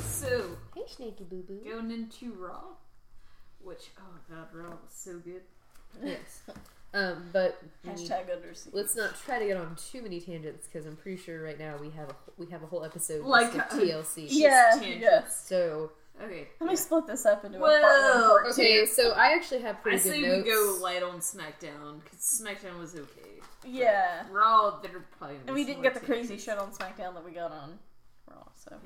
So, Hey, Snaky Boo Boo. going into Raw, which, oh god, Raw was so good. Yes. Um, but we- Hashtag under siege. let's not try to get on too many tangents because I'm pretty sure right now we have a, we have a whole episode Like, like with uh, TLC. Yeah, tangents. yes. So Okay. Let me split this up into a part one. Whoa! Part okay, two. so I actually have I pretty good say notes. we go light on SmackDown, because SmackDown was okay. Yeah. Raw, there probably was And we didn't more get the crazy tangents. shit on SmackDown that we got on Raw, so.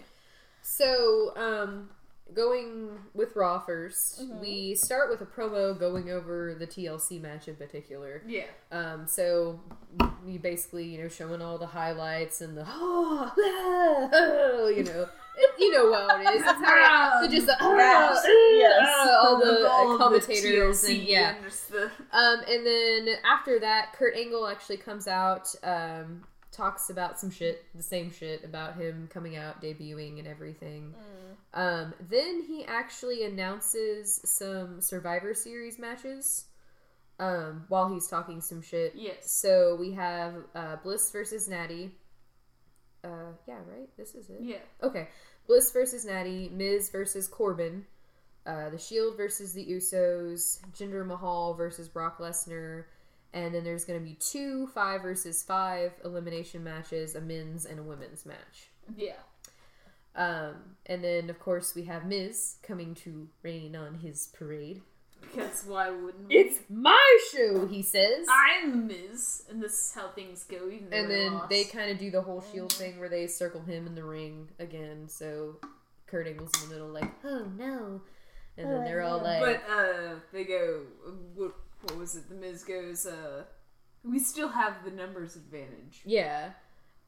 So, um, going with Raw 1st Mm-hmm. Mhm. we start with a promo going over the TLC match in particular. Yeah. Um, so you basically, you know, showing all the highlights and the oh, ah, oh, you know, it, you know what it is. It's how it- so just the ah, Yes, yes. ah, all the All of uh, commentators TLC and yeah. and just the- Um, and then after that, Kurt Angle actually comes out, um, talks about some shit, the same shit about him coming out, debuting, and everything. Mm. Um, then he actually announces some Survivor Series matches um, while he's talking some shit. Yes. So we have uh, Bliss versus Natty. Uh, yeah, right? This is it. Yeah. Okay. Bliss versus Natty, Miz versus Corbin, uh, The Shield versus The Usos, Jinder Mahal versus Brock Lesnar, and then there's going to be two five versus five elimination matches, a men's and a women's match. Yeah. Um, and then, of course, we have Miz coming to rain on his parade. Because why wouldn't we? It's my show, he says. I'm Miz, and this is how things go. Even though and I then lost. they kind of do the whole shield thing where they circle him in the ring again. So Kurt Angle's in the middle, like, oh no. And then Oh, they're all no. like, But uh, they go. What, what was it? The Miz goes. Uh, we still have the numbers advantage. yeah.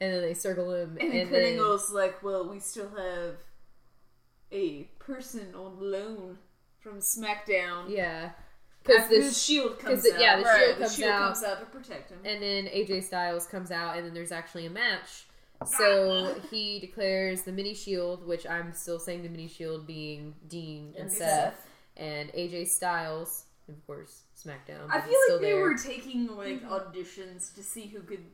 And then they circle him. And, And, then Kurt then, Angle's like, well, we still have a person on loan from SmackDown. yeah. Because After the, this. shield comes 'cause it- out. yeah, the Shield the comes shield out. comes out to protect him. And then AJ Styles comes out, and then there's actually a match. So he declares the mini shield, which I'm still saying the mini shield being Dean and And Seth, Seth. and AJ Styles, and of course, SmackDown. I but feel he's still like they there. Mm-hmm. were taking like auditions to see who could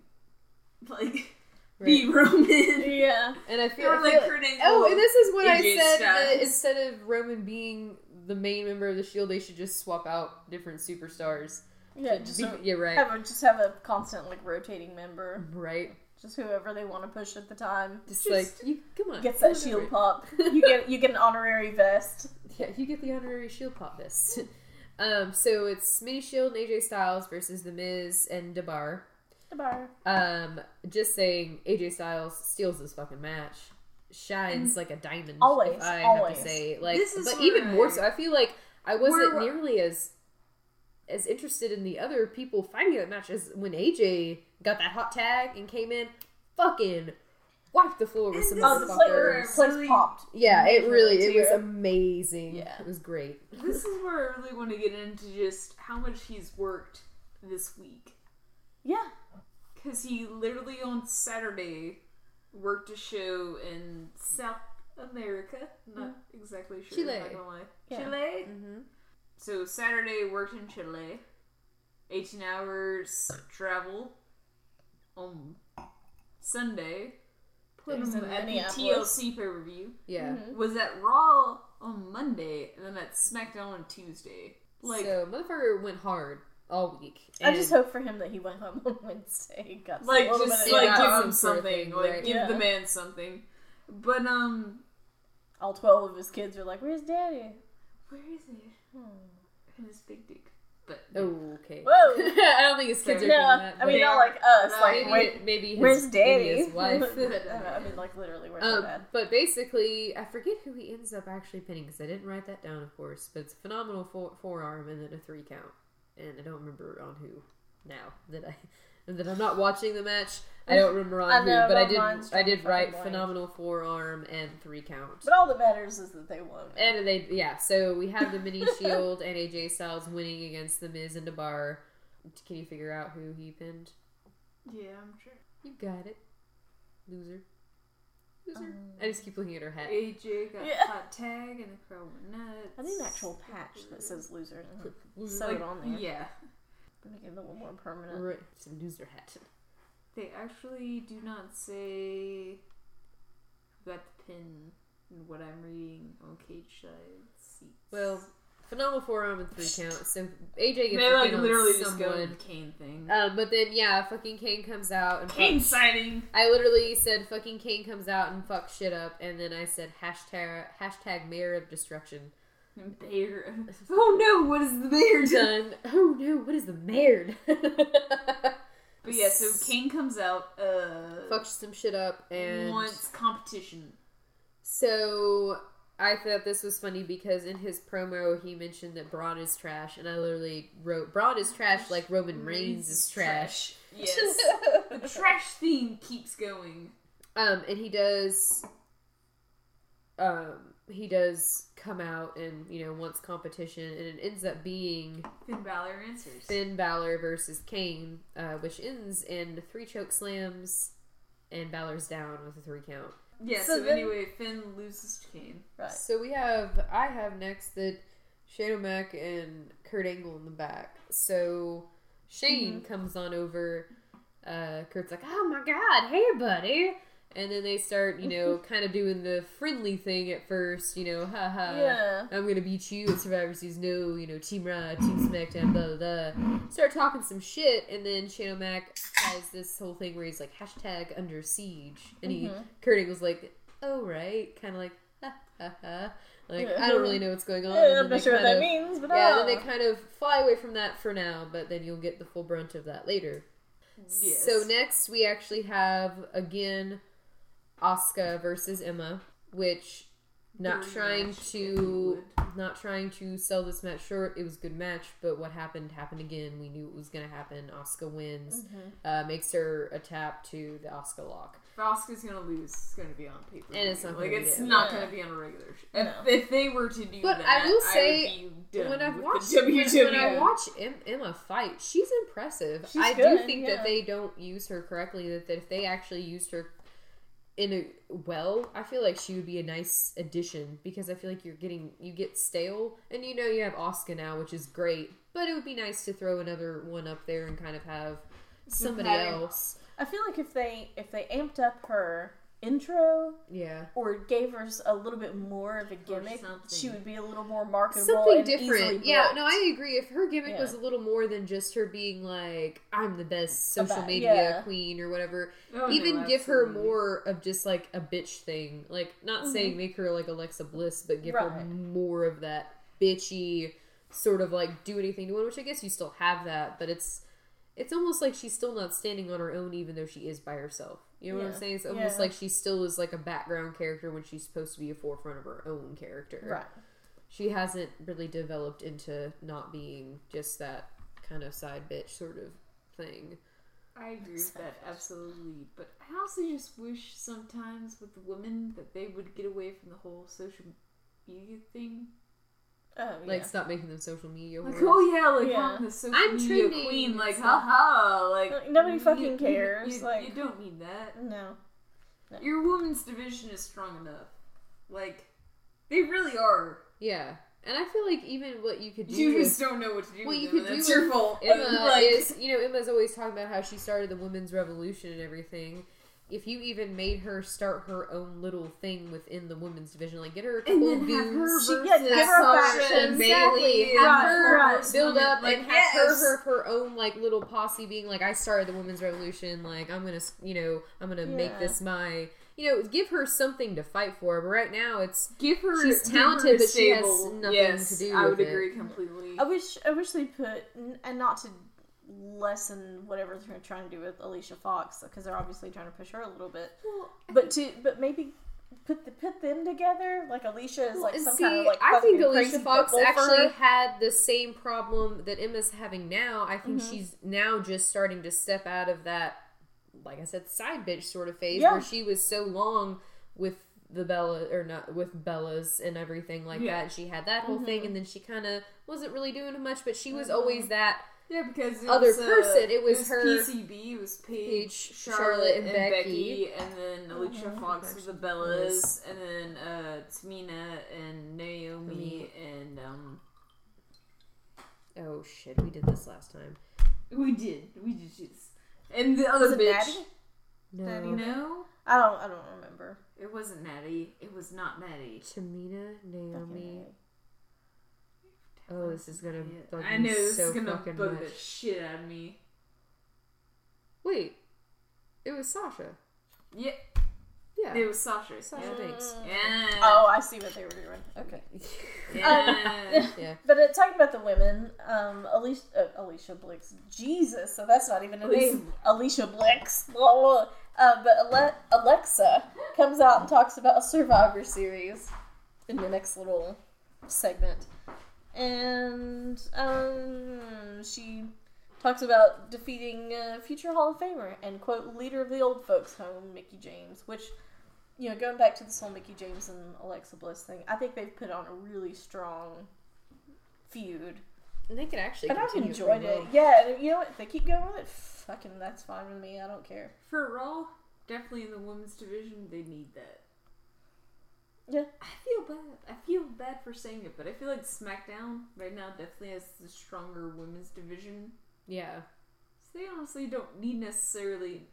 like Right. be Roman. Yeah. And I They feel, I were feel like like Kurt Angle. Oh, and this is what I AJ said. Styles. That instead of Roman being the main member of the Shield, E they should just swap out different superstars. Yeah, just Be- a- yeah, right, have a, just have a constant like rotating member. right. Just whoever they want to push at the time. Just, Just like you, come on, Gets come that on shield over. pop. You get you get an honorary vest. Yeah, you get the honorary Shield E pop vest. um, so it's Mini Shield and AJ Styles versus The Miz and Debar. The bar. Um, just saying, AJ Styles steals this fucking match. Shines like a diamond. if Always, I always. have to say, like, This is but where even more I- so, I feel like I wasn't We're- nearly as as interested in the other people fighting that match as when AJ got that hot tag and came in, fucking wiped the floor with And some this Oh, the is motherfuckers. where- place, place popped. Yeah, it really it Tier. was amazing. Yeah. it was great. This is where I really want to get into just how much he's worked this week. Yeah. Because he literally on Saturday worked a show in South America. Not exactly sure. Chile. I'm not gonna lie. Yeah. Chile? Mhm. So Saturday worked in Chile. 18 hours travel. On Sunday. Put There's him in at the Minneapolis. TLC pay per view. Yeah. Mhm. Was at Raw on Monday and then at SmackDown on Tuesday. Like, so motherfucker went hard all week. I just hope for him that he went home on Wednesday. and Got like a little just bit of yeah, like give some him sort of something, thing, like right. give the Yeah. man something. But um, all twelve of his kids were like, "Where's Daddy?" where is he? And his big dick. But Oh. Okay. Whoa. I don't think his kids are doing Yeah, that. I but- mean, not like us. No, like, maybe, wait, maybe his, where's Daddy? maybe his wife. I mean, like literally, where's Um, my dad? but basically, I forget who he ends up actually pinning because I didn't write that down, of course. But it's a phenomenal fore- forearm and then a three count, and I don't remember on who now that I that I'm not watching the match. I don't remember on I know, who, but I but mine's did I fucking did write blank. phenomenal forearm and three count. But all that matters is that they won. And they, yeah, so we have the mini shield and AJ Styles winning against The Miz and Debar. Can you figure out who he pinned? yeah, I'm sure. You got it. Loser. Loser. I just keep looking at her hat. AJ got Yeah. hot tag and the crowd went nuts. I need an actual patch that says "loser." Loser. Sew it on there. Yeah, I'm gonna give it a little more permanent. Right. It's a loser hat. they actually do not say who got the pin and what I'm reading on Cage Side Seats. Well, Phenomenal Forearm and three count. So AJ gets they like like, on literally just go someone. with the cane thing. Um, but then yeah, fucking Kane comes out and cane fucks- sighting. I literally said fucking Kane comes out and fucks shit up, and then I said hashtag hashtag Mayor of Destruction. Bear. Oh no! What is the bear done? Done. Oh no, what is the mayor? But yeah, so Kane comes out. Uh, fucks some shit up and wants competition. So I thought this was funny because in his promo he mentioned that Braun is trash, and I literally wrote Braun is trash like Roman Reigns is trash. Yes, the trash theme keeps going. Um, and he does, um, he does come out and you know wants competition, and it ends up being Finn Balor answers. Finn Balor versus Kane, uh, which ends in three choke slams, and Balor's down with a three count. Yeah. So, So then- anyway, Finn loses to Kane. Right. So we have I have next that Shadow Mac and Kurt Angle in the back. So Shane Mm-hmm. comes on over. Uh, Kurt's like, "Oh my god, hey buddy," and then they start, you know, kind of doing the friendly thing at first. You know, ha ha. yeah. I'm gonna beat you at Survivor Series. No, you know, Team Raw, Team SmackDown, blah blah blah. Start talking some shit, and then Shadow Mac has this whole thing where he's like hashtag under siege, and he Mm-hmm. Kurt Angle's like, oh right, kind of like, ha ha ha. Like I don't really know what's going on. and Yeah, then I'm they not sure what kind that of- means, but Yeah, ah. then they kind of fly away from that for now, but then you'll get the full brunt of that later. Yes. So next we actually have again Asuka versus Emma, which not Good trying match, to not trying to sell this match short. It was a good match, but what happened happened again. We knew it was gonna happen. Asuka wins, uh, makes her a tap to the Asuka lock. If Oscar's gonna lose, it's gonna be on paper. And it's not like gonna be it's it. not Yeah. gonna be on a regular. Sh- No. if, if they were to do But that, I will say, would be done when I've with watched the E. when, when I WWE. watch em, Emma fight, she's impressive. She's I do good, think yeah. that they don't use her correctly. That, that if they actually used her in a well, I feel like she would be a nice addition because I feel like you're getting you get stale, and you know you have Oscar now, which is great. But it would be nice to throw another one up there and kind of have somebody having- else. I feel like if they if they amped up her intro Yeah. or gave her s- a little bit more of a gimmick, something. she would be a little more marketable. Something and easily different, yeah. booked. No, I agree. If her gimmick Yeah. was a little more than just her being like, "I'm the best social About- media yeah. queen" or whatever, Oh, no, even give her absolutely. more of just like a bitch thing. Like not saying make her like Alexa Bliss, but give her Mm-hmm. Right. more of that bitchy sort of like do anything to one, which I guess you still have that, but it's it's almost like she's still not standing on her own even though she is by herself. You know what Yeah. I'm saying? It's almost Yeah. like she still is like a background character when she's supposed to be a forefront of her own character. right. She hasn't really developed into not being just that kind of side bitch sort of thing. I agree with that absolutely, but I also just wish sometimes with women that they would get away from the whole social media thing. Oh, Like yeah. stop making them social media Like, whores. oh yeah, like Yeah. I'm the social I'm media trendy queen. and Like, stuff. haha, like, Like, nobody fucking you- you- cares, You, like- you don't need that. no. Your women's division is strong enough. Like, they really are. Yeah, and I feel like even what you could do. You with just don't know what to do. Well, with you them, could and do that's with your fault. Emma like, is, you know, Emma's always talking about how she started the women's revolution and everything. If you even made her start her own little thing within the women's division, like get her a and couple then have her goons, She- versus yeah, give her a Sasha faction. and Exactly. Bailey, Have and her versus build women, up like, and have yes. her, her her own like little posse being like, I started the women's revolution. Like I'm gonna, you know, I'm gonna make Yeah. this my, you know, give her something to fight for. But right now, it's Give her. She's give talented, her a but she has stable- nothing yes, to do I would with it. agree completely. I wish I wish they put n- and not to lessen whatever they're trying to do with Alicia Fox because they're obviously trying to push her a little bit, but to but maybe. Put, the, put them together like Alicia is like And some see, kind of like I think fucking Alicia crazy Fox pitbull for actually her. had the same problem that Emma's having now. I think Mm-hmm. she's now just starting to step out of that, like I said, side bitch sort of phase Yeah. where she was so long with the Bella or not with Bella's and everything like Yeah. Mm-hmm. that. And she had that whole thing, and then she kind of wasn't really doing much, but she was always that. Yeah, because it other was, uh, person, it was her- PCB. It was Paige, Paige, Charlotte, Charlotte, and and Becky, Becky. and then Alicia Fox with the Bellas, and then uh, Tamina and Naomi, and um, Oh shit, we did this last time. we did, we did this, and the other Was it bitch, Natty? You No. know, I don't. I don't remember. it wasn't Nettie. It was not Nettie. Tamina Naomi. Fucking Oh, this is gonna bug I me know this so is gonna fucking bug much. the shit out of me. Wait, it was Sasha. Yeah, Yeah, it was Sasha. Sasha Yeah. Banks. Yeah. Oh, I see what they were doing. Okay. Yeah. yeah. But uh, talking about the women, um, Alicia, uh, Alicia Blix, Jesus, so that's not even a Alicia name. Alicia Blix, blah, blah. Uh, but Ale- Alexa comes out and talks about a Survivor series in the next little segment, and um, she talks about defeating uh, future Hall of Famer and quote leader of the old folks home, Mickey James, which you know, going back to this whole Mickey James and Alexa Bliss thing, I think they've put on a really strong feud. And they could actually. And I've continue for enjoyed a it. while. Yeah, and you know what? If they keep going with it, fucking that's fine with me. I don't care. For Raw, definitely in the women's division, they need that. Yeah. I feel bad. I feel bad for saying it, but I feel like SmackDown right now definitely has the stronger women's division. Yeah. So they honestly don't need necessarily.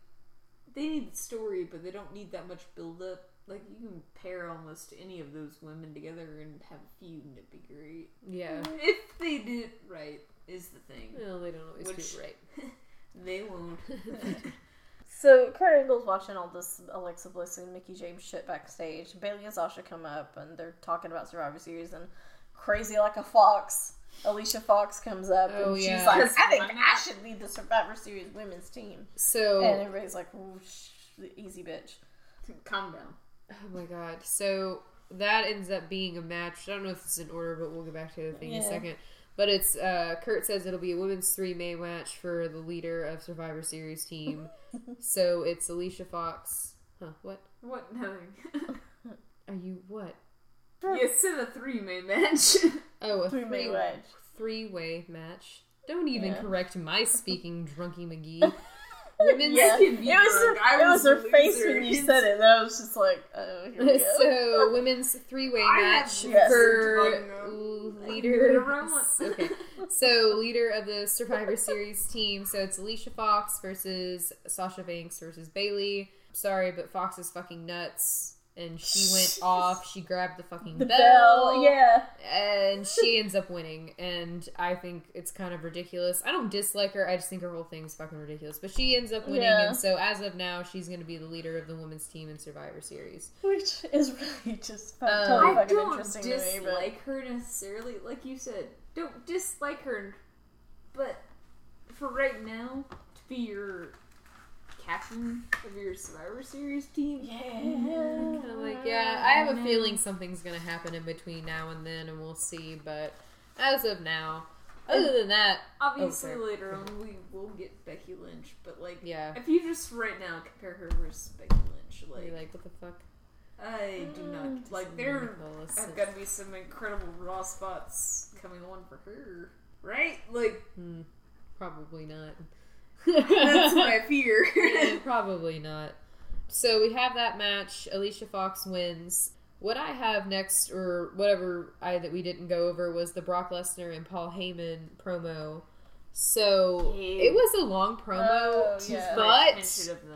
They need the story, but they don't need that much build up. Like you can pair almost any of those women together and have a feud, and it'd be great. Yeah. If they did it right, is the thing. Well, they don't always Which- do it right. They won't. So Kurt Angle's watching all this Alexa Bliss and Mickey James shit backstage. Bailey and Sasha come up and they're talking about Survivor Series and crazy like a fox. Alicia Fox comes up Oh, and yeah. she's like, Because I think why not? I should lead the Survivor Series women's team. So And everybody's like, "Ooh, sh- easy bitch. Calm down. Oh my god. So that ends up being a match. I don't know if it's in order, but we'll get back to the other thing in a Yeah. second. But it's uh, Kurt says it'll be a women's three may match for the leader of Survivor Series team. so it's Alicia Fox. Huh? What What nothing? are you? What? you said a three may match. Oh, a Three three may wedge. three way match. Don't even Yeah. correct my speaking, Drunky McGee. Women's Yeah. It It was her, it was her face when you said it. And I was just like, oh, here we go. so women's three-way I match have yes. for Drunk, um, leader. Roma. okay, so leader of the Survivor Series team. So it's Alicia Fox versus Sasha Banks versus Bailey. Sorry, but Fox is fucking nuts, and she went off. She grabbed the fucking the bell. yeah. and she ends up winning and i think it's kind of ridiculous i don't dislike her i just think her whole thing's fucking ridiculous but she ends up winning Yeah. and so as of now she's going to be the leader of the women's team in survivor series Which is really just fun, Um, totally I fucking don't interesting to me. But dislike her necessarily, like you said. Don't dislike her, but for right now, to be your captain of your Survivor Series team, yeah. I'm like yeah i have a feeling something's going to happen in between now and then and we'll see but as of now other than that Oh, obviously Okay. later on we will get Becky Lynch, but like, yeah if you just right now compare her versus Becky Lynch, you're like, like what the fuck I do Mm, not like Someone there call us. have got to be some incredible raw spots coming on for her, right? Like Hmm, probably not that's what I fear. Probably not. So we have that match. Alicia Fox wins. What I have next, or whatever I that we didn't go over, was the Brock Lesnar and Paul Heyman promo. So Yeah. it was a long promo, Oh, yeah. but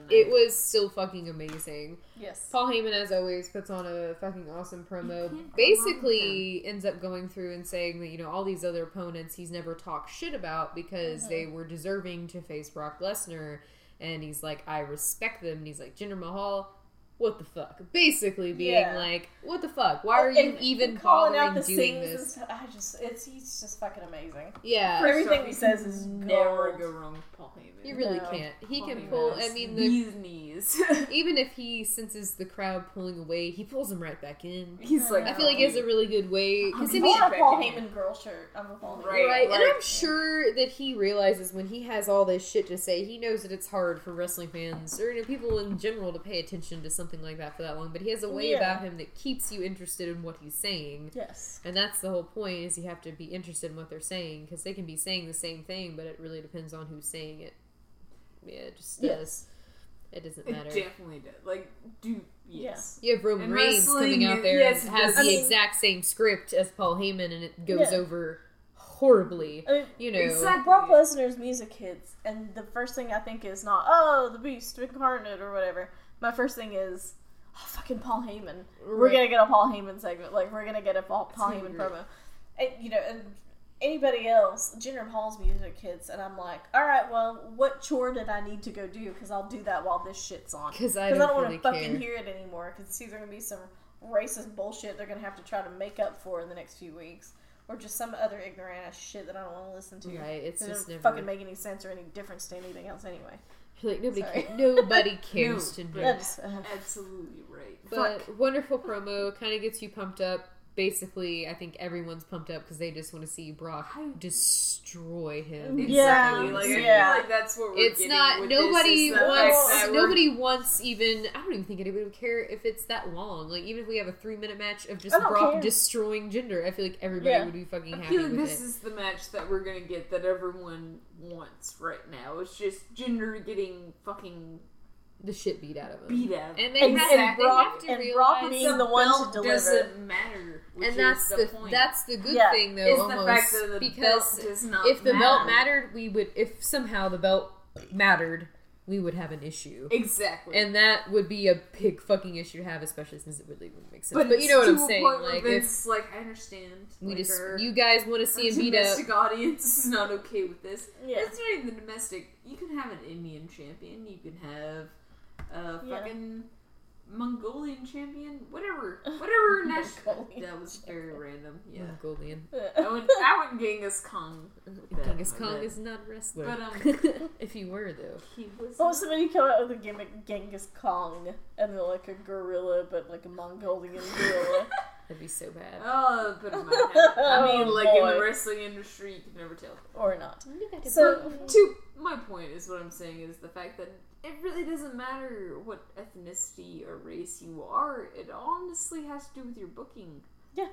it was still fucking amazing. Yes. Paul Heyman, as always, puts on a fucking awesome You can't go promo. wrong Basically, ends up going through and saying that you know all these other opponents he's never talked shit about because they Mm-hmm. were deserving to face Brock Lesnar, and he's like, I respect them. And he's like, Jinder Mahal, what the fuck? Basically, being Yeah. like, what the fuck? Why are And- you and even calling bothering out the doing sings and this? stuff, I just, it's he's just fucking amazing. Yeah, First everything he says is never gold. go wrong with Paul Heyman. he really No. can't. He Paul can Heyman pull. has I mean, the, these knees. even if he senses the crowd pulling away, he pulls them right back in. He's like I feel like he has a really good way because Okay. I mean, I want a Paul back in. Heyman girl shirt. I'm a Paul Heyman. Right. Right, and like- I'm sure that he realizes when he has all this shit to say, he knows that it's hard for wrestling fans or you know, people in general to pay attention to something like that for that long. But he has a way Yeah. about him that keeps you interested in what he's saying, Yes. and that's the whole point: is you have to be interested in what they're saying because they can be saying the same thing, but it really depends on who's saying it. Yeah, it just Yes. does. It doesn't it matter. definitely does. Like, do yes. You have Roman In Reigns wrestling, coming you- out there yes, and it has does. the I mean- exact same script as Paul Heyman, and it goes Yeah. over horribly. I mean, You know, Exactly. Brock Lesnar's music hits, and the first thing I think is not, oh, the beast incarnate or whatever. My first thing is, oh, fucking Paul Heyman. We're Right. gonna get a Paul Heyman segment. Like, we're gonna get a Paul, Paul It's Heyman gonna be promo. And, you know, and anybody else, Jinder Paul's music hits, and I'm like, all right, well, what chore did I need to go do? Because I'll do that while this shit's on. because I Because don't, I don't want really to fucking care. hear it anymore. Because it's either going to be some racist bullshit they're going to have to try to make up for in the next few weeks, or just some other ignorant ass shit that I don't want to listen to. Right, it's It just doesn't never. fucking make any sense or any difference to anything else anyway. like nobody, Sorry. ca- nobody cares No, to but- know. That's, uh, Absolutely right. But wonderful promo, kind of gets you pumped up. Basically, I think everyone's pumped up because they just want to see Brock I- destroy him. Yeah. Exactly. Like, I Yeah. feel like that's what we're It's getting not with nobody this, is the fact wants that we're- nobody wants even I don't even think anybody would care if it's that long. Like even if we have a three minute match of just I don't Brock care. destroying gender, I feel like everybody Yeah. would be fucking I happy feel like with this it. is the match that we're gonna get that everyone wants right now. It's just Jinder getting fucking the shit beat out of him. beat out. And they And- have, and they Brock- have to and realize Brock being the the one to belt deliver. doesn't matter. Which and that's is the, point. that's the good Yeah. thing though is almost the fact that the because belt does not if the matter. belt mattered we would if somehow the belt mattered we would have an issue exactly. and that would be a big fucking issue to have especially since it really wouldn't make sense but, but, you know it's what i'm to a saying point where like if Vince, like I understand. we like, just our- you guys want to see our him beat up domestic audience is not okay with this. yeah. It's not even the domestic. You can have an Indian champion. You can have a Yeah. fucking Mongolian champion. Whatever, whatever national. Mongolian That was very random. Yeah, Mongolian I went. I went Genghis Khan. with that, Genghis my Kong bad. is not a wrestler But, um, if you were though He was. What was somebody come out with a gimmick Genghis Kong and they're like a gorilla but like a Mongolian gorilla? that'd be so bad Oh, but it might happen. I mean, Oh, like in the boy. wrestling industry, you can never tell. or not. so So To my point is what I'm saying is the fact that it really doesn't matter what ethnicity or race you are. It honestly has to do with your booking. Yeah.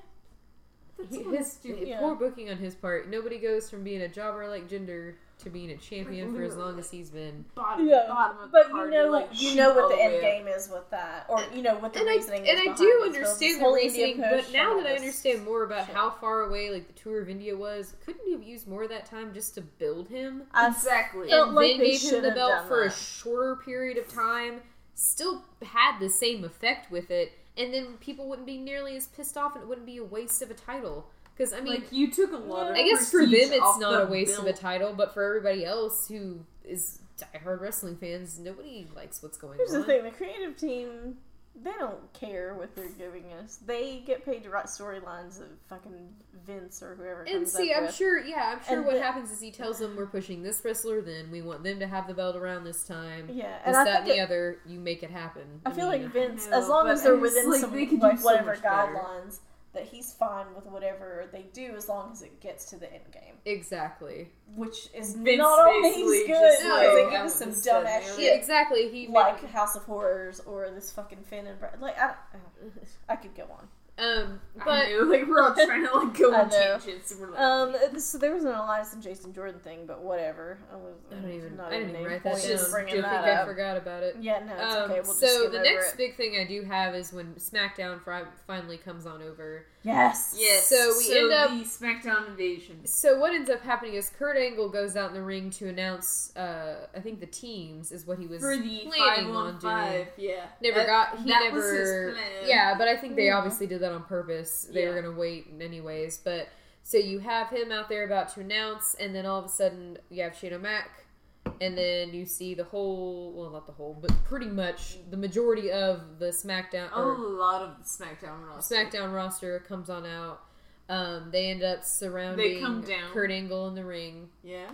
That's all it's his to do with Yeah. poor booking on his part nobody goes from being a jobber like gender to being a champion for as long literally. as he's been bottom, yeah, bottom of but the you card. know, You're like you shoot know all what the the end way up. game is with that, or you know what the and I, reasoning is. and I behind do it. So it's this understand the whole India reasoning, push but and now all that I this understand more about shit. how far away like the tour of India was, couldn't you have used more of that time just to build him I Exactly. felt and like then they gave him should the have belt done for a that. shorter period of time, still had the same effect with it, and then people wouldn't be nearly as pissed off, and it wouldn't be a waste of a title. Because I mean, like you took a lot of. I guess for them prestige it's off not a the waste of a belt. title, but for everybody else who is diehard wrestling fans, nobody likes what's going Here's on. the thing: the creative team, they don't care what they're giving us. They get paid to write storylines of fucking Vince or whoever. Comes And see, up I'm with. sure, yeah, I'm sure And what the- happens is he tells them we're pushing this wrestler, then we want them to have the belt around this time. Yeah, This, and I that, and think the it- other, you make it happen. I feel mean, like Vince, know, as long but as they're it's within like some they could do like, so whatever much better. guidelines, that he's fine with whatever they do, as long as it gets to the end game, Exactly. which is Vince not always basically good. just, because like, they I give us was some just dumbass sitting Yeah, there shit. exactly. He Like House of Horrors or this fucking Finn and Brad. Like I, I could go on. um, I but know, like we're all trying to like go I on know. tangents. And we're like, Um, this- so there was an Elias and Jason Jordan thing, but whatever. I was I don't even. not I didn't even any write point that in down. just I bringing think that I up. forgot about it. Yeah, no, it's Um, okay. We'll just so skip the over next it. big thing I do have is when SmackDown fri- finally comes on over. Yes. yes. so we end up- the SmackDown invasion. So what ends up happening is Kurt Angle goes out in the ring to announce. Uh, I think the teams is what he was for the planning five on on doing. five. Yeah, Never That- got. He that never. was his plan. Yeah, but I think they Yeah. obviously did that on purpose. They were Yeah. gonna wait, anyways. But so you have him out there about to announce, and then all of a sudden you have Shane Mack, and then you see the whole. Well, not the whole, but pretty much the majority of the SmackDown. a Or, lot of the SmackDown roster. SmackDown roster comes on out. Um, they end up surrounding They come down. Kurt Angle in the ring, Yeah,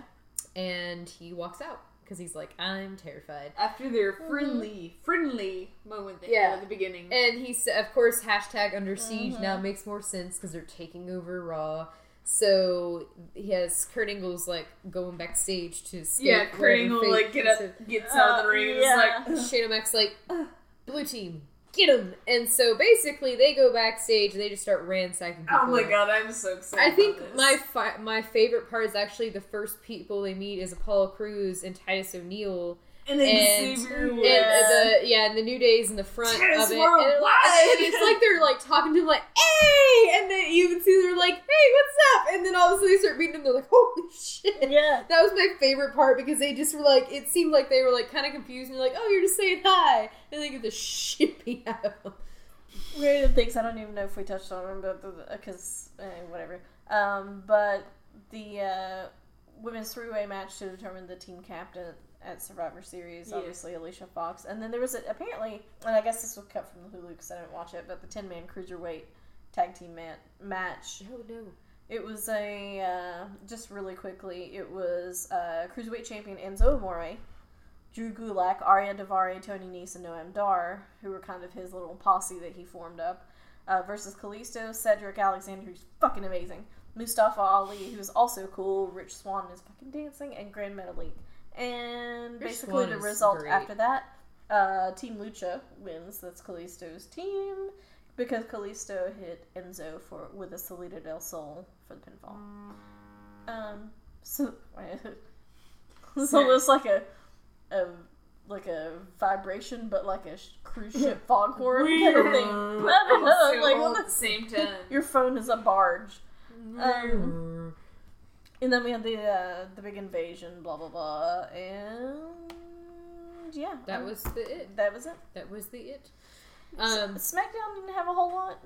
and he walks out because he's like, "I'm terrified." after their friendly, friendly moment they Mhm. Yeah. had at the beginning. And he said, of course, hashtag under siege Mm-hmm. now makes more sense because they're taking over Raw. So he has Kurt Angle's like going backstage to escape yeah, Kurt whatever Angle fate like get up, gets out of the Uh, ring, yeah. and is- is like. Shane O'Mac's like, "Ugh, blue team, get him. And so basically, they go backstage. and They just start ransacking. People. Oh my god, I'm so excited. I think about this. my fi- my favorite part is actually the first people they meet is Apollo Cruz and Titus O'Neil. and then and- the savior and- was- And the yeah, and the New Day's in the front Tennis of it. worldwide! And, it's like they're like talking to him like, hey and then you can see they're like, hey, what's up? And then all all of a sudden they start meeting and they're like, holy shit. Yeah. That was my favorite part because they just were like, it seemed like they were like kind of confused and they're like, oh, you're just saying hi. And they get the shit beat out of them. Weird things. I don't even know if we touched on them, but because uh, whatever. Um, but the uh, women's three-way match to determine the team captain at Survivor Series. Yeah. Obviously, Alicia Fox, and then there was a, apparently, and I guess this was cut from the Hulu because I didn't watch it, but the ten-man cruiserweight tag team man- match. Oh, no. It was a uh, just really quickly. It was uh, cruiserweight champion Enzo Amore, Drew Gulak, Arya Davari, Tony Nese, and Noam Dar, who were kind of his little posse that he formed up, uh, versus Kalisto, Cedric Alexander, who's fucking amazing, Mustafa Ali, who's also cool, Rich Swan is fucking dancing, and Grand Metalik. And Rich basically, Swann the is result great. after that, uh, Team Lucha wins. That's Kalisto's team because Kalisto hit Enzo for with a Salida del Sol for the pinfall. Um, so so it's like a, a like a vibration, but like a sh- cruise ship foghorn kind of thing. I don't know, So like, all what at the same time. Your phone is a barge. Um, And then we had the uh, the big invasion, blah blah blah, and yeah, that um, was the it. that was it. That was the it. S- Um, SmackDown didn't have a whole lot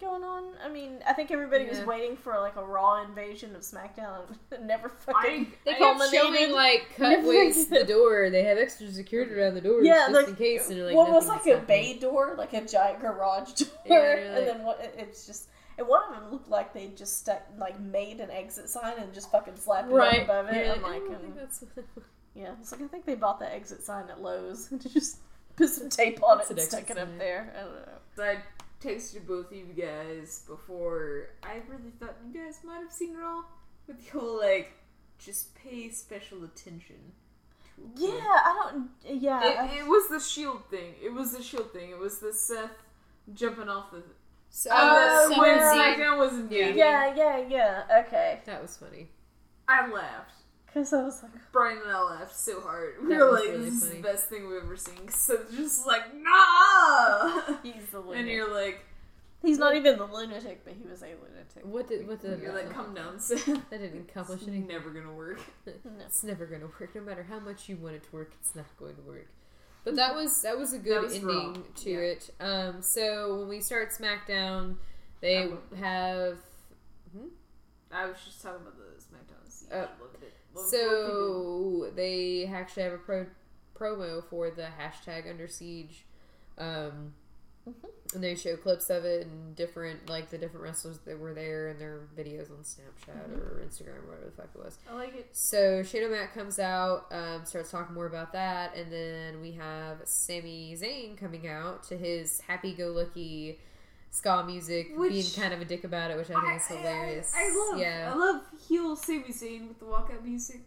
going on. I mean, I think everybody was Yeah. waiting for like a Raw invasion of SmackDown. It never I, fucking. They I- kept culminated. showing like cutways to the door. They have extra security around the door yeah, just like, in case. And they're like, one was like nothing's a happening. bay door, like a giant garage door, Yeah, you're and like- then one, it- it's just. And one of them looked like they just stuck, like made an exit sign and just fucking slapped it Right. up above it. Yeah, I'm I like, don't um, think that's what that was. yeah, it's like I think they bought the exit sign at Lowe's and just put some tape on That's it an and exit stuck it up sign. there. I don't know. I texted both of you guys before. I really thought you guys might have seen it all with the whole like, just pay special attention. to Yeah, I don't. Yeah, I- It, it was the shield thing. It was the shield thing. It was the Seth jumping off the. So, Oh, uh, when where Summer's Eve. SmackDown was invading, yeah, yeah, yeah. Okay, That was funny. I laughed. because I was like, Brian and I laughed so hard. We That were was like, really "This is funny. the best thing we've ever seen." So just like, nah. he's the And lunatic. you're like, He's not even the lunatic, but he was a lunatic. What did what did uh, you're like, come down, Seth. That didn't accomplish It's anything. never gonna work. No. It's never going to work, no matter how much you want it to work. It's not going to work. But that was that was a good was ending raw. to Yeah. it. Um, so when we start SmackDown, they Um, have I was just talking about the SmackDown scene. Oh. loved it. Loved what So they actually have a pro- promo for the hashtag Under Siege, um, and they show clips of it and different like the different wrestlers that were there and their videos on Snapchat or Instagram or whatever the fuck it was. they did. I like it. So Shadow Matt comes out, um, starts talking more about that, and then we have Sami Zayn coming out to his happy-go-lucky ska music, Which- being kind of a dick about it, which I think is hilarious. I, I love. yeah. I love heel Sami Zayn with the walkout music.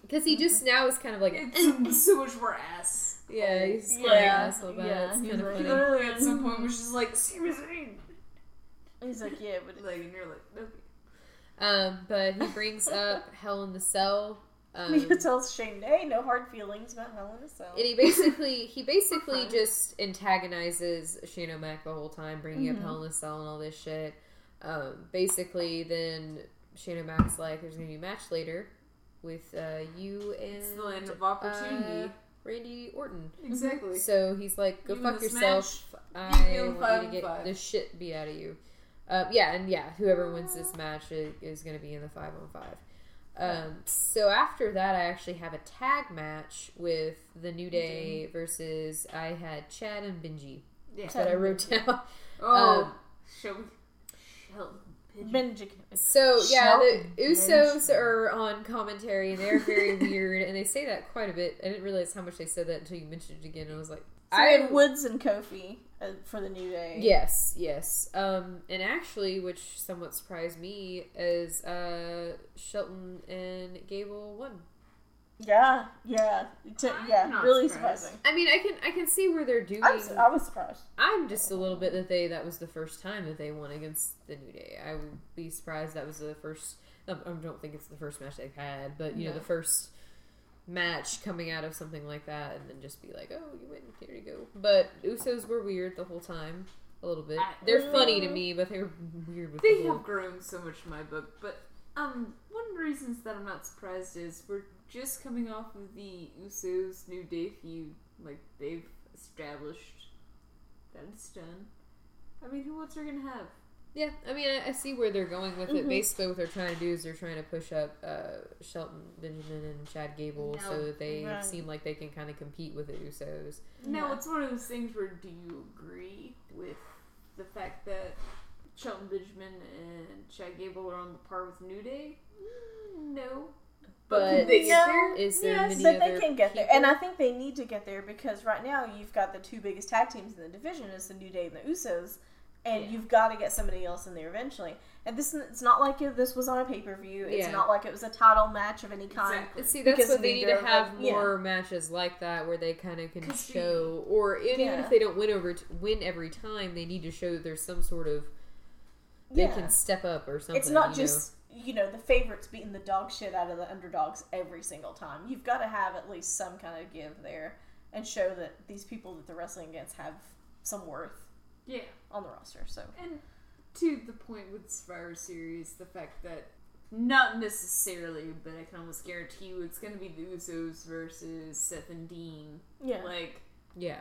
Because he just now is kind of like, It's so much more ass. yeah, he's just Oh, Yeah, kind of an asshole about yeah, it. It's he's kind of like- He funny. literally at some point was just like Sami Zayn, He's like, yeah, but like, and you're like, okay. Um, but he brings up Hell in the Cell. Um, you can and tell Shane, hey, no hard feelings about Hell in a Cell. he basically he basically Fine. just antagonizes Shane O'Mac the whole time, bringing Mm-hmm. up Hell in the Cell and all this shit. Um, basically, then Shane O'Mac's like, "There's gonna be a match later with uh, you and It's the land of opportunity. uh, Randy Orton." exactly. Mm-hmm. So he's like, "Go You fuck wanna yourself. You I feel want five you to and get five." the shit beat out of you." Uh, yeah, and yeah, whoever wins this match is, is going to be in the five on five. Um, so after that, I actually have a tag match with the New Day versus I had Chad and Benji yeah. that I wrote down. Oh, um, shall we? Shall we? Benji. So yeah, Shelton the Usos are on commentary. and They're very weird, and they say that quite a bit. I didn't realize how much they said that until you mentioned it again. And I was like, I I had Woods and Kofi uh, for the New Day. Yes, yes. Um, and actually, which somewhat surprised me, is uh, Shelton and Gable won. Yeah, yeah. T- I'm yeah, not really surprised. surprising. I mean, I can I can see where they're doing. I was, I was surprised. I'm just a little bit that they that was the first time that they won against the New Day. I would be surprised that was the first. um, I don't think it's the first match they've had, but you know No. the first match coming out of something like that, and then just be like, "Oh, you win, here you go." But Usos were weird the whole time, a little bit. I- They're funny to me, but they were weird with They the whole have grown so much in my book, but Um, one of the reasons that I'm not surprised is we're just coming off of the Usos New Day feud. Like, they've established that it's done. I mean, who else are going to have? Yeah, I mean, I, I see where they're going with Mm-hmm. it. Basically, what they're trying to do is they're trying to push up uh, Shelton Benjamin and Chad Gable so No. that they Right. seem like they can kind of compete with the Usos. No, Yeah. it's one of those things where do you agree with the fact that Shelton Benjamin and Chad Gable are on the par with New Day? Mm, No. But Could they get No. there? is there Yes, many but they other can get there, people? and I think they need to get there because right now you've got the two biggest tag teams in the division is the New Day and the Usos, and Yeah. you've got to get somebody else in there eventually. And this it's not like it, this was on a pay per view. It's Yeah. not like it was a title match of any kind. Exactly. See, that's Uh, Because what they we need to don't have have- uh, yeah. more matches like that where they kind of can 'Cause we- show, or even Yeah. if they don't win over t- win every time, they need to show that there's some sort of they Yeah. can step up or something. It's not you just you know the favorites beating the dog shit out of the underdogs every single time. You've got to have at least some kind of give there and show that these people that they're wrestling against have some worth Yeah. on the roster. So And to the point with Survivor Series, the fact that not necessarily, but I can almost guarantee you it's going to be the Usos versus Seth and Dean. yeah, Like, know? yeah,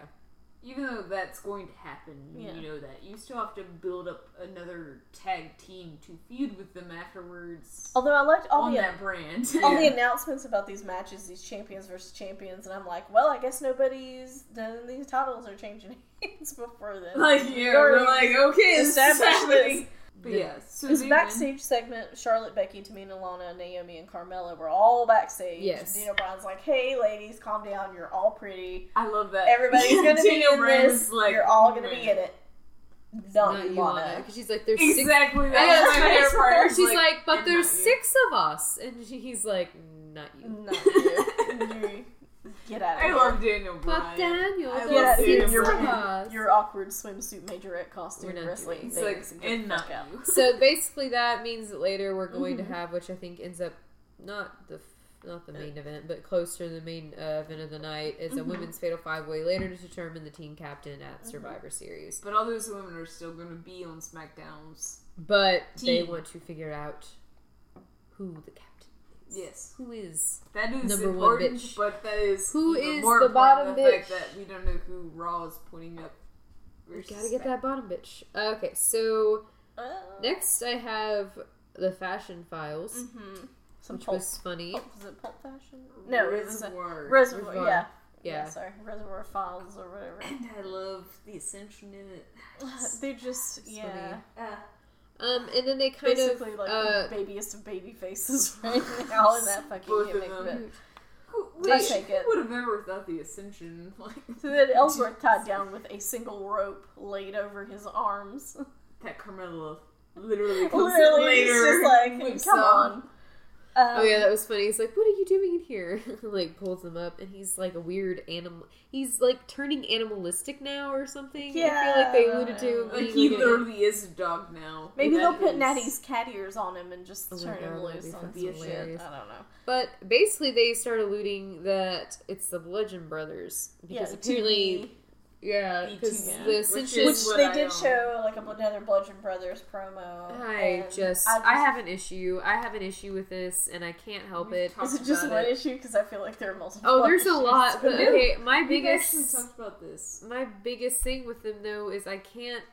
even though that's going to happen, Yeah. you know that you still have to build up another tag team to feud with them afterwards although I liked all on the that brand. all the announcements about these matches, these champions versus champions, and I'm like, well, I guess nobody's none of these titles are changing hands before this. like yeah, we're already like okay, this is established happening. But Yeah. yeah, so This they win. backstage segment, Charlotte, Becky, Tamina, Lana, Naomi, and Carmella were all backstage. Yes. Dana Bryan's like, hey, ladies, calm down. You're all pretty. I love that Everybody's going to be Daniel in Bryan this. is like, You're all going to "Man." be in it. not, Not, you, Lana. Lana, because she's like there's six Exactly. I know, That's that's my right. favorite part. She's like, but and there's not you." six of us, and she, he's like, not you. Not you. you. Get out of I here. love Daniel But Bryan. Daniel, I there's love six Daniel of Bryan. us. Your awkward swimsuit majorette costume We're not wrestling doing He's thing. like, So get and the fuck not out. you. so basically, that means that later we're going to have, which I think ends up not the not the main event, but close to the main uh, event of the night, is a women's fatal five way later to determine the team captain at Survivor Series. But all those women are still going to be on SmackDowns. But they Team. want to figure out who the captain, Yes, who is that is Number one important. bitch. But that is Who even is more the important, bottom the bitch? Fact that we don't know who Raw is pointing up. we versus gotta get Smack- that bottom bitch. Okay, so Uh, next I have the fashion files. mhm. Some which pulp. was funny. pulp- Was it pulp fashion? No, it was a Reservoir. reservoir. Reservoir. Yeah. Yeah. Sorry, reservoir files or whatever. And I love the ascension in it. They're just It's yeah. funny. Uh, Um, and then they kind Basically, of like uh, the babiest of baby faces right now in that fucking Both of gimmick. them. But, who They- who take it. would have ever thought the ascension? Like so then Ellsworth tied down with a single rope laid over his arms. that Carmella literally comes in Literally, later. it's just like, Whips come up. on. Um, oh yeah, that was funny. He's like, "What are you doing in here?" like pulls him up, and he's like a weird animal. He's like turning animalistic now or something. I feel like they Yeah. alluded to. Like being he like a- literally is a dog now. Maybe That they'll put is- Natty's cat ears on him and just Oh my turn God, him that'd be loose on fucking be a shit. I don't hilarious. know. But basically, they start alluding that it's the Bludgeon Brothers because yeah, apparently, yeah, B2, because yeah. the Which Ascension. is which what they I did own. show like another Bludgeon Brothers promo. I and just, I have an issue. I have an issue with this, and I can't help We've it. talked Is it just about one it. issue? Because I feel like there are multiple. Oh, there's a issues. lot. But okay, my We've biggest actually talked about this. my biggest thing with them though is I can't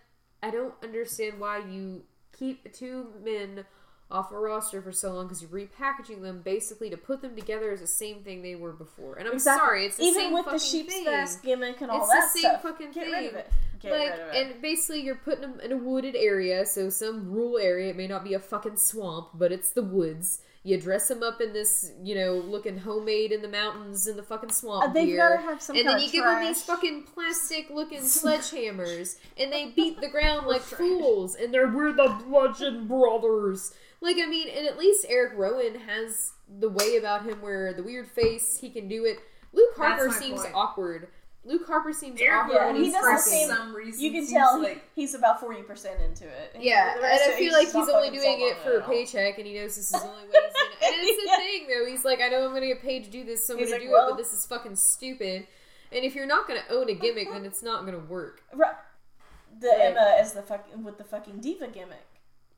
I don't understand why you keep two men off a roster for so long because you're repackaging them basically to put them together as the same thing they were before. And I'm Exactly. sorry, it's the Even same with fucking the sheep's thing. mask gimmick and all It's the that same stuff. fucking Get rid of thing. it. Get like, rid of it. and basically you're putting them in a wooded area, so some rural area. It may not be a fucking swamp, but it's the woods. You dress them up in this, you know, looking homemade in the mountains in the fucking swamp. Uh, they've gear got to have some and kind then of you give them these trash. fucking plastic looking sledgehammers and they beat the ground like fools and they're we're the bludgeon brothers like i mean and at least eric rowan has the way about him where the weird face he can do it luke That's harper my seems point. awkward luke harper seems Eric awkward Yeah, when he he's doesn't for cursing. seem- some reason You can seems tell he- like he's about forty percent into it. He- yeah, the and rest I of it, feel like just he's not only fucking doing sold it on for a at all. paycheck, and he knows this is the only way he's gonna. And it's the Yeah. thing, though. He's like, I know I'm gonna get paid to do this, so I'm He's gonna like, do it, but well- this is fucking stupid. And if you're not gonna own a gimmick, then it's not gonna work. Right. The Like- Emma is the fuck with the fucking diva gimmick.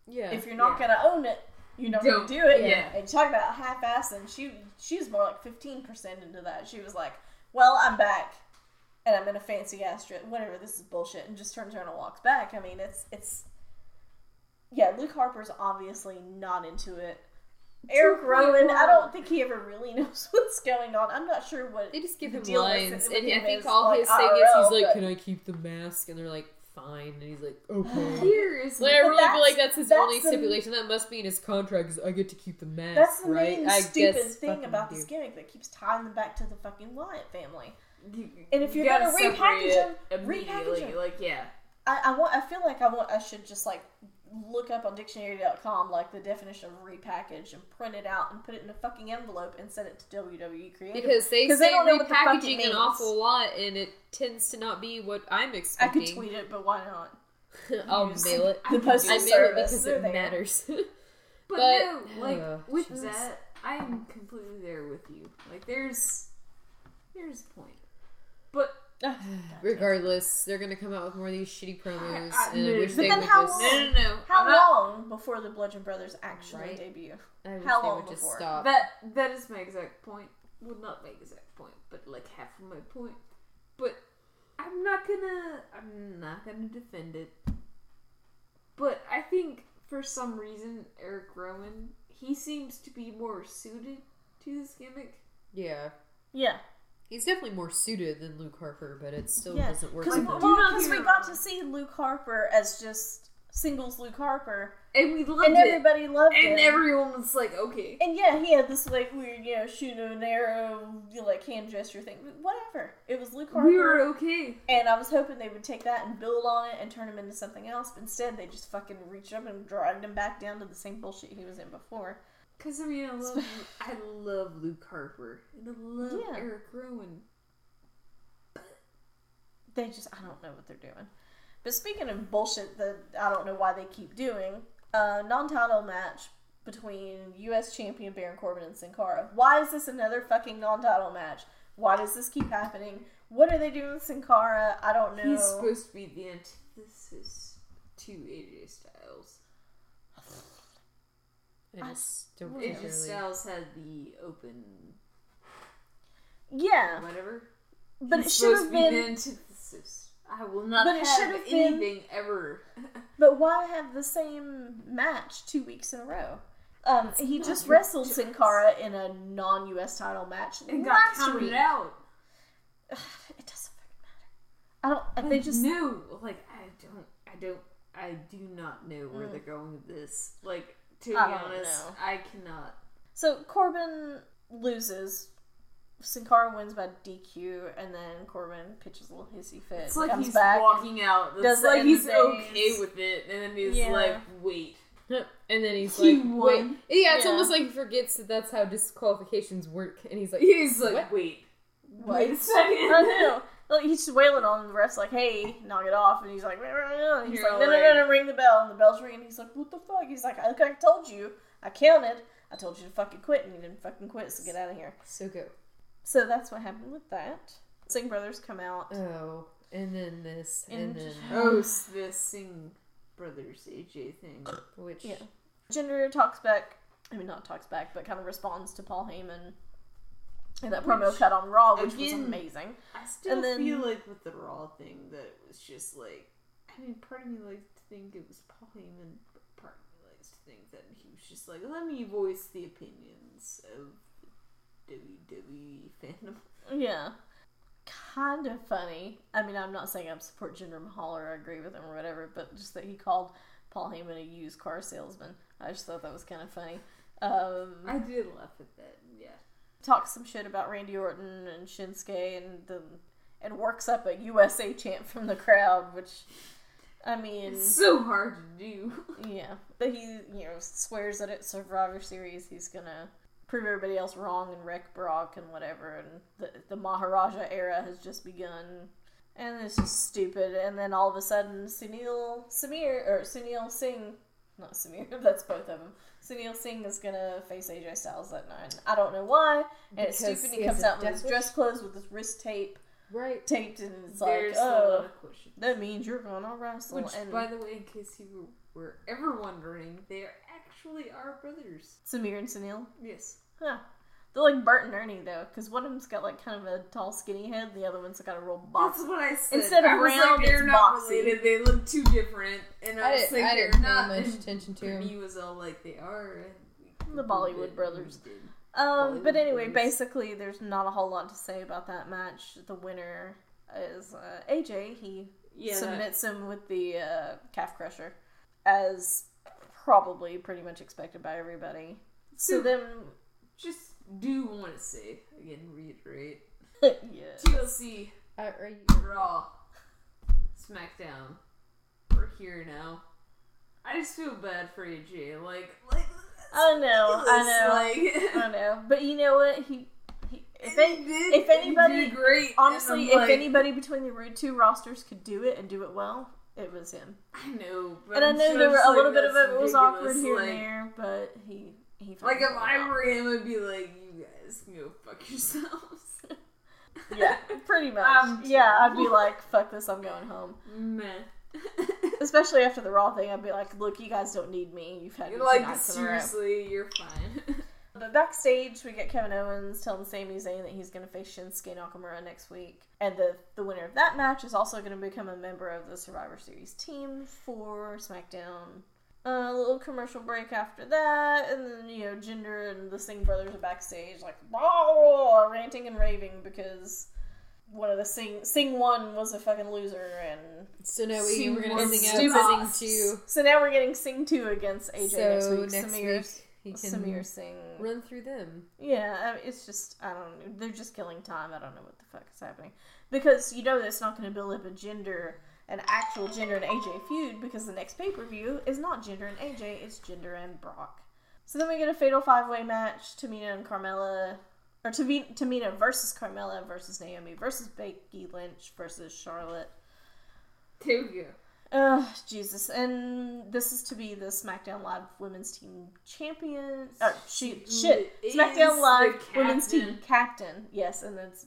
Uh, Yeah. If you're not Yeah. gonna own it, you know Don't- do it. yeah. And talk about half ass and she she was more like fifteen percent into that. She was like, Well, I'm back and I'm in a fancy ass dress whatever, this is bullshit and just turns around and walks back. I mean it's it's yeah, Luke Harper's obviously not into it. Eric Too Rowan, I hard. don't think he ever really knows what's going on. I'm not sure what They just give The him deal is- lines, with and I him think is, all like, his thing is he's IRL, like, but- "Can I keep the mask?" And they're like, "Fine." And he's like, "Okay." Here is Like, I But really feel like that's- that's his that's only the- stipulation. That must be in his contract because I get to keep the mask, That's the right? main I stupid guess thing fucking about do. this gimmick that keeps tying them back to the fucking Wyatt family. you, And if you you're gonna gotta separate repackage it them, immediately, repackage them. like yeah, I, I want. I feel like I want. I should just like look up on dictionary.com like the definition of repackage and print it out and put it in a fucking envelope and send it to WWE Creative. Because they 'Cause they say don't know what the fuck it repackaging an means. awful lot, and it tends to not be what I'm I could expecting. tweet it, but why not? I'll Yes. mail it. I The could postal I do mail it service. because they're it there. matters. But, But- no, like Ugh, with Jesus. that, I'm completely there with you. Like there's there's a point. But Regardless, they're gonna come out with more of these shitty promos, I- I- and I wish but they then would how just. no, no, no. How I'm not- long before the Bludgeon Brothers actually Right. debut? I wish how they long would just before? stop. That that is my exact point. Well, not my exact point, but like half of my point. But I'm not gonna I'm not gonna defend it. But I think for some reason Eric Rowan he seems to be more suited to this gimmick. yeah, Yeah, he's definitely more suited than Luke Harper, but it still yeah. doesn't work. Because for well, Do them. not we hear- got to see Luke Harper as just singles Luke Harper, And we loved and it. everybody loved him. And everyone was like, okay. And yeah, he had this like weird, you know, shoot an arrow, you know, like hand gesture thing. But whatever. It was Luke Harper, We were okay. and I was hoping they would take that and build on it and turn him into something else. But instead, they just fucking reached up and dragged him back down to the same bullshit he was in before. Cause I mean, I love I love Luke Harper and I love Yeah. Eric Rowan. They just, I don't know what they're doing. But speaking of bullshit that I don't know why they keep doing, uh, non-title match between U.S. champion Baron Corbin and Sin Cara. Why is this another fucking non-title match? Why does this keep happening? What are they doing with Sin Cara? I don't know. He's supposed to be the antithesis to AJ Styles. I just don't Well, AJ particularly. Styles had the open yeah. whatever. But He's it should have supposed to be the been. antithesis. I will not But it have should have been- anything ever. But why have the same match two weeks in a row? Um, he not just your wrestled Sin Cara in a non-U.S. title match It got last counted week. out. It doesn't fucking matter. I don't. They Like, just no, like I don't, I don't, I do not know where they're going with this. Like to I be don't honest, know. I cannot. so Corbin loses. Sin Cara wins by DQ, and then Corbin pitches a little hissy fit. It's like comes he's back. walking out. It's does the like end of he's days. okay with it, and then he's Yeah. like, wait. And then he's He like, won. wait. Yeah, it's Yeah. almost like he forgets that that's how disqualifications work. And he's like, He's like, What? wait. What? Wait a second. I know. Like, he's just wailing on him. The ref's like, "Hey, knock it off!" And he's like, "Rah, rah, rah." and "He's You're like, no, no, like- no, no, ring the bell." And the bell's ringing. He's like, "What the fuck?" He's like, "Look, I told you. I counted. I told you to fucking quit, and you didn't fucking quit. So get out of here." so go. So that's what happened with that. Singh brothers come out. Oh, and then this, and, And- then Oh, s- the Sing Brothers AJ thing. which. Yeah. Gender talks back. I mean, not talks back, but kind of responds to Paul Heyman and that promo Which, cut on Raw, which again- was amazing. I still And then- feel like with the Raw thing that it was just like. I mean, part of me likes to think it was Paul Heyman, but part of me likes to think that he was just like, let me voice the opinions of the WWE fandom. Yeah. Kind of funny. I mean, I'm not saying I support Jinder Mahal or I agree with him or whatever, but just that he called Paul Heyman a used car salesman. I just thought that was kind of funny. Um, I did laugh at that, yeah. talks some shit about Randy Orton and Shinsuke and the, and works up a USA chant from the crowd, which, I mean, It's so hard to do. yeah. But he, you know, swears that at Survivor Series he's gonna prove everybody else wrong and wreck Brock and whatever. And the, the Maharaja era has just begun. And it's just stupid. And then all of a sudden, Sunil Samir, or Sunil Singh, not Samir, that's both of them. Sunil Singh is gonna face AJ Styles that night. I don't know why. And Because it's stupid. he He has comes a out in death his wish? dress clothes with his wrist tape Right. taped, and it's There's like, a lot oh, of questions. that means you're gonna wrestle. Which, and by the way, in case you were ever wondering, they are actually are brothers. Samir and Sunil. Yes. Huh. They're like Bert and Ernie though, because one of them's got like kind of a tall, skinny head, and the other one's got a real box. That's what I said. Instead of I was round, like, they're it's not boxy. related. They look too different. And I, I was didn't, like, I they're didn't not. pay much And attention to Remy him. was all like, they are. and The we Bollywood did, brothers. we did. Um, but Bollywood anyway, brothers. basically, there's not a whole lot to say about that match. The winner is uh, AJ. He Yeah. that- submits him with the uh, calf crusher, as probably pretty much expected by everybody. So So- then, just do want to say, again, reiterate. yeah, TLC, Uh, are you- Raw, SmackDown. We're here now. I just feel bad for AJ. Like, like I know, I know. Like, I know. But you know what? He, he if he they, did- if he anybody- did great, honestly, and I'm if like, anybody between the Rude two rosters could do it and do it well, it was him. I know, but And i I'm know sure there were it's a like, little bit of that's it was awkward ridiculous, here like, and there, but he he. found Like it if all I out. were him, I'd be like, you guys can go fuck yourselves. yeah, pretty much. I'm yeah, I'd be terrible. like, fuck this, I'm going home. Meh. Especially after the Raw thing, I'd be like, look, you guys don't need me. You've had me two like nights in a row." seriously, you're fine. But backstage, we get Kevin Owens telling Sami Zayn that he's going to face Shinsuke Nakamura next week, and the the winner of that match is also going to become a member of the Survivor Series team for SmackDown. a little commercial break after that, and then you know Jinder and the Singh brothers are backstage, like "Blah," ranting and raving because one of the Singh Singh one was a fucking loser, and So now we, Seems we're going to be stupid. out sing so now we're getting Singh two against to. AJ next So week. next Samir, week he can Samir Singh run through them. Yeah, I mean, it's just I don't. know. They're just killing time. I don't know what the fuck is happening because you know that's not going to build up a gender, an actual gender and AJ feud because the next pay per view is not gender and AJ, it's gender and Brock. So then we get a fatal five way match: Tamina and Carmella, or Tavi- Tamina versus Carmella versus Naomi versus Becky Lynch versus Charlotte. there we go. Ugh, Jesus. And this is to be the SmackDown Live Women's Team Champion. Oh, shoot. Shit. She is SmackDown Live the Women's Team captain. Captain. Yes, and that's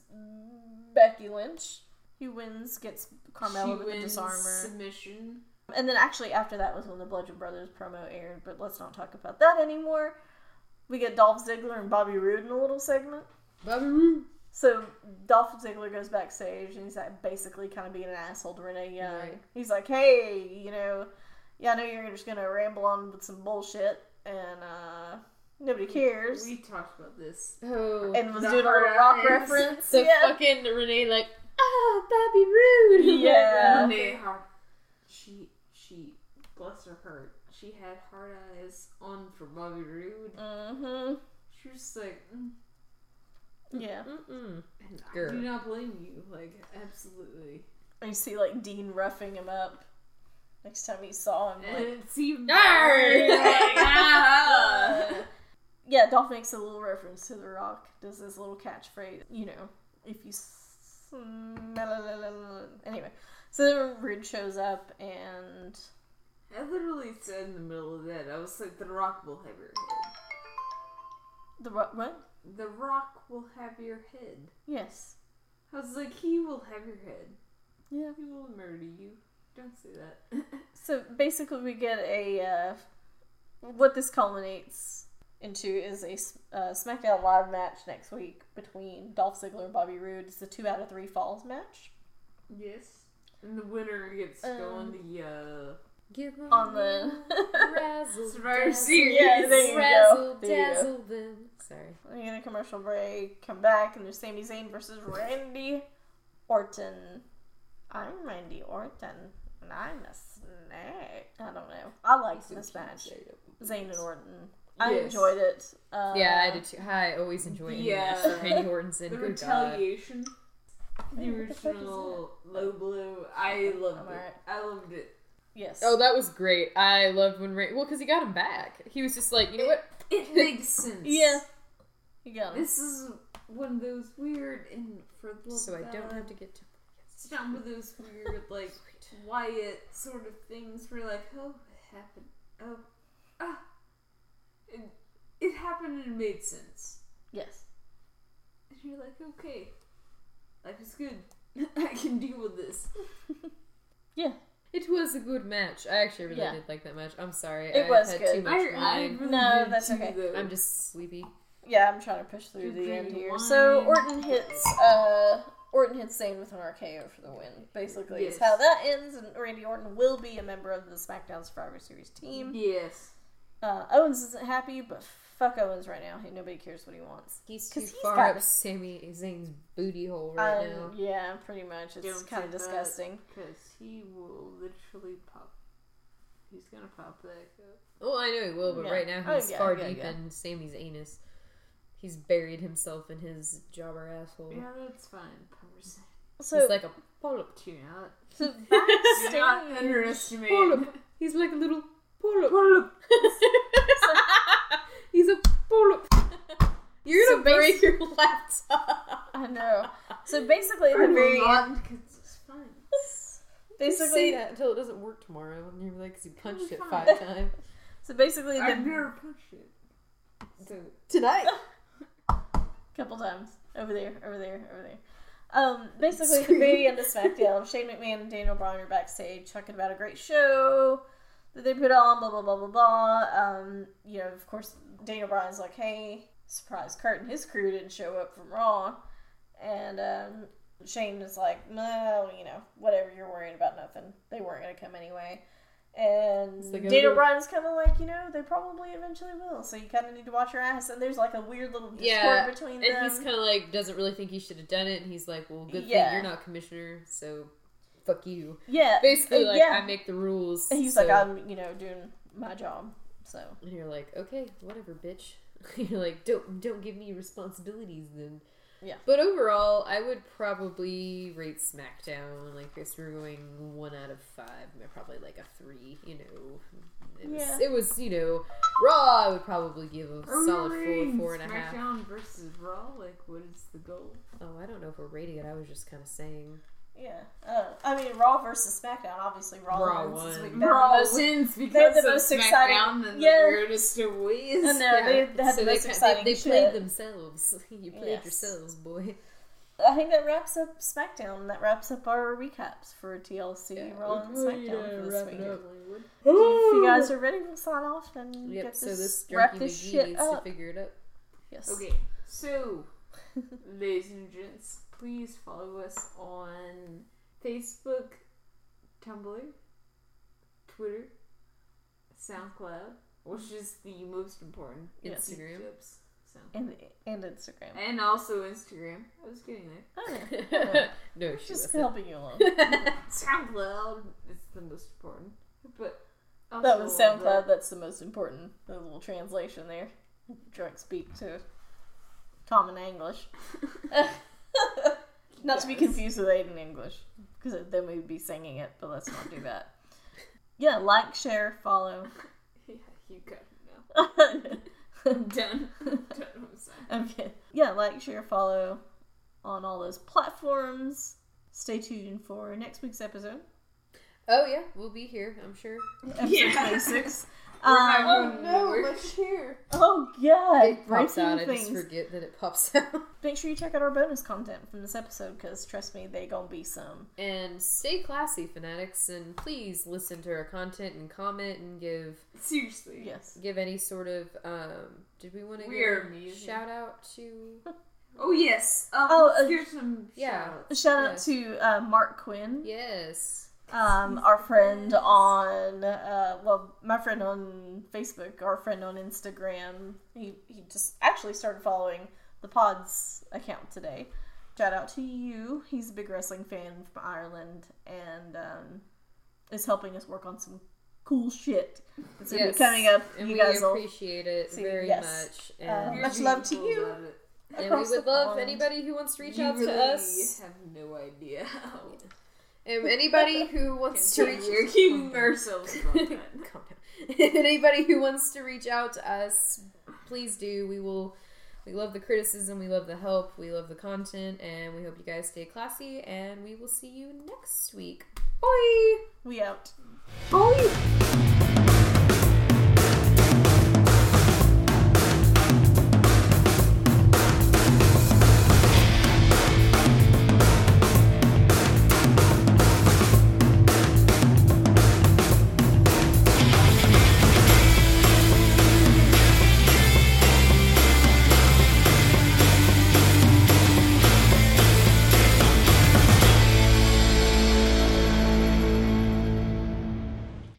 Becky Lynch. Who wins, gets Carmella she with a wins disarmer. submission. And then actually after that was when the Bludgeon Brothers promo aired, but let's not talk about that anymore. We get Dolph Ziggler and Bobby Roode in a little segment. Bobby Roode. So Dolph Ziggler goes backstage and he's like basically kind of being an asshole to Renee Young. Right. He's like, "Hey, you know, yeah, I know you're just gonna ramble on with some bullshit, and uh, nobody cares." We talked about this. Oh, and was The doing a little hard rock eyes. reference. so yeah. fucking Renee like, oh, Bobby Roode. Yeah. Renee had she she bless her heart. She had hard eyes on for Bobby Roode. Mm-hmm. She was just like, mm, Yeah. Mm-mm. and I Girl. do not blame you. Like absolutely. And you see like Dean roughing him up. Next time he saw him, And like, it seemed Arr! like, ah. yeah, Dolph makes a little reference to The Rock, does his little catchphrase, you know, if you smell Anyway, so then Rude shows up and I literally said in the middle of that, I was like, the rock will have your head. the Rock, what? The rock will have your head. Yes. I was like, he will have your head. Yeah. He will murder you. Don't say that. So basically, we get a uh, what this culminates into is a S- uh, SmackDown Live match next week between Dolph Ziggler and Bobby Roode. It's a two out of three falls match yes. And the winner gets to go Um, on the Give 'em on the. a razzle uh, Survivor dazzle. Series. Yeah, there you Razzle go. There you go. dazzle them. Sorry. We get a commercial break, come back, and there's Sami Zayn versus Randy Orton. I'm Randy Orton, and I'm a snake. I don't know. I liked this match. Zayn and Orton. I Yes. enjoyed it. Uh, Yeah, I did too. I always enjoy any Yeah. match that Randy Orton's in. The Good God. retaliation. The What the fuck is original low blow. I loved it. alright. I loved it. Yes. Oh, that was great. I loved when Ray. Well, because he got him back. He was just like, you know what? It makes sense. yeah. You got it. This is one of those weird and for the love So I of don't God, have to get to. It's not one of those weird, like, Wyatt sort of things where you're like, oh, it happened. Oh, ah. It, it happened and it made sense. Yes. And you're like, okay, life is good. I can deal with this. Yeah. It was a good match. I actually really Yeah. did like that match. I'm sorry. It I was had good. Too much I, I wine. really No, did that's too, okay. though. I'm just sleepy. Yeah, I'm trying to push through Good the end green here. wine. So Orton hits uh Orton hits Zayn with an RKO for the win. Basically, is Yes. how that ends, and Randy Orton will be a member of the SmackDown Survivor Series team. Yes. Uh, Owens isn't happy, but fuck Owens right now. He, nobody cares what he wants. He's too 'Cause he's far got up a- Sammy Zayn's booty hole right Um, now. Yeah, pretty much. It's Don't kind of do that. disgusting. Because he will literally pop. He's gonna pop that cup. Oh, I know he will, but Yeah. right now Oh, he's yeah, far yeah, deep yeah. in Sammy's anus. He's buried himself in his jobber asshole. Yeah, that's fine. Person. So, he's like a polyp. Do not, so do not backstage, underestimate. Polyp. He's like a little polyp. Polyp. he's a polyp. You're So gonna break your laptop. I know. So basically, at I the will very end, not, because it's fine. Basically, say basically, that until it doesn't work tomorrow, and you're like, 'cause you punched it fine. five times so basically, I've the never punched it. So, tonight. couple times over there, over there, over there. Um, basically, at the very end of SmackDown, Shane McMahon and Daniel Bryan are backstage talking about a great show that they put on, blah blah blah blah blah. Um, you know, of course, Daniel Bryan's like, "Hey, surprise, Kurt and his crew didn't show up from Raw," and um, Shane is like, "Well, you know, whatever, you're worrying about nothing. They weren't gonna come anyway." And It's like, oh, Daniel no. Bryan's kind of like, you know, they probably eventually will, so you kind of need to watch your ass. And there's like a weird little discord Yeah, between And them. he's kind of like doesn't really think he should have done it, and he's like, "Well, good Yeah. thing you're not commissioner, so fuck you." Yeah. Basically, uh, like yeah. I make the rules. And he's so- like, I'm, you know, doing my job. So And you're like, okay, whatever, bitch. you're like, don't don't give me responsibilities then. Yeah. But overall, I would probably rate SmackDown like if we were going one out of five, but probably like a three. You know, it was, Yeah. it was you know Raw. I would probably give a Are we solid four, rating four and a half. SmackDown versus Raw. Like, what is the goal? Oh, I don't know if we're rating it. I was just kind of saying. yeah, uh, I mean, Raw versus SmackDown. Obviously, Raw, Raw wins this won. week. They're the Raw most- wins they're because the of most exciting- SmackDown and Yeah. the weirdest of ways. I know. Yeah, they- they had the most ca- exciting they, played shit. themselves. you played Yes. yourselves, boy. I think that wraps up SmackDown. That wraps up our recaps for TLC, Yeah, Raw, and SmackDown for this wrap it week. up. If you guys are ready, we'll sign off and Yep. get this, so this wrap jerky this McGee shit needs up. to figure it up. yes. Okay, so, ladies and gents, please follow us on Facebook, Tumblr, Twitter, SoundCloud, which is the most important. Yes. Instagram. Tips, so. And and Instagram. And also Instagram. I was getting there. Okay. no, she Just wasn't. helping you along. SoundCloud is the most important. But also That was SoundCloud. That's the most important. The little translation there. Direct speak to common English. not to be Yes. confused with Aiden English, because then we'd be singing it, but let's not do that. Yeah, like, share, follow. the- Yeah, you got it now. okay. Done. Done. I'm sorry. Yeah, like, share, follow on all those platforms. Stay tuned for next week's episode. Oh yeah, we'll be here. I'm sure. Episode Yeah. 26. We're Um, not going nowhere. here. oh, God. It pops breaking out. I just things. forget that it pops out. Make sure you check out our bonus content from this episode because trust me, they gonna be some. And stay classy, fanatics, and please listen to our content and comment and give Seriously. Yes. give any sort of um. Did we want to We are give a amazing. shout out to? Oh yes. Um, Oh, let's uh, hear some yeah. shout-outs. Shout out Yes. to uh, Mark Quinn, Yes. um, our friend on uh, well, my friend on Facebook, our friend on Instagram. He he just actually started following the Pods account today. Shout out to you. He's a big wrestling fan from Ireland and um, is helping us work on some cool shit that's gonna Yes. be coming up. And you we guys will appreciate it see- very yes. much. And, Um, You're Much love to beautiful you. about it. and we across would the love pond. anybody who wants to reach out really to us. have no idea how And anybody who wants to reach you're keeping ourselves from that. Calm down. if anybody who wants to reach out to us, please do. We will. We love the criticism. We love the help. We love the content, and we hope you guys stay classy. And we will see you next week. Bye. we out. Bye.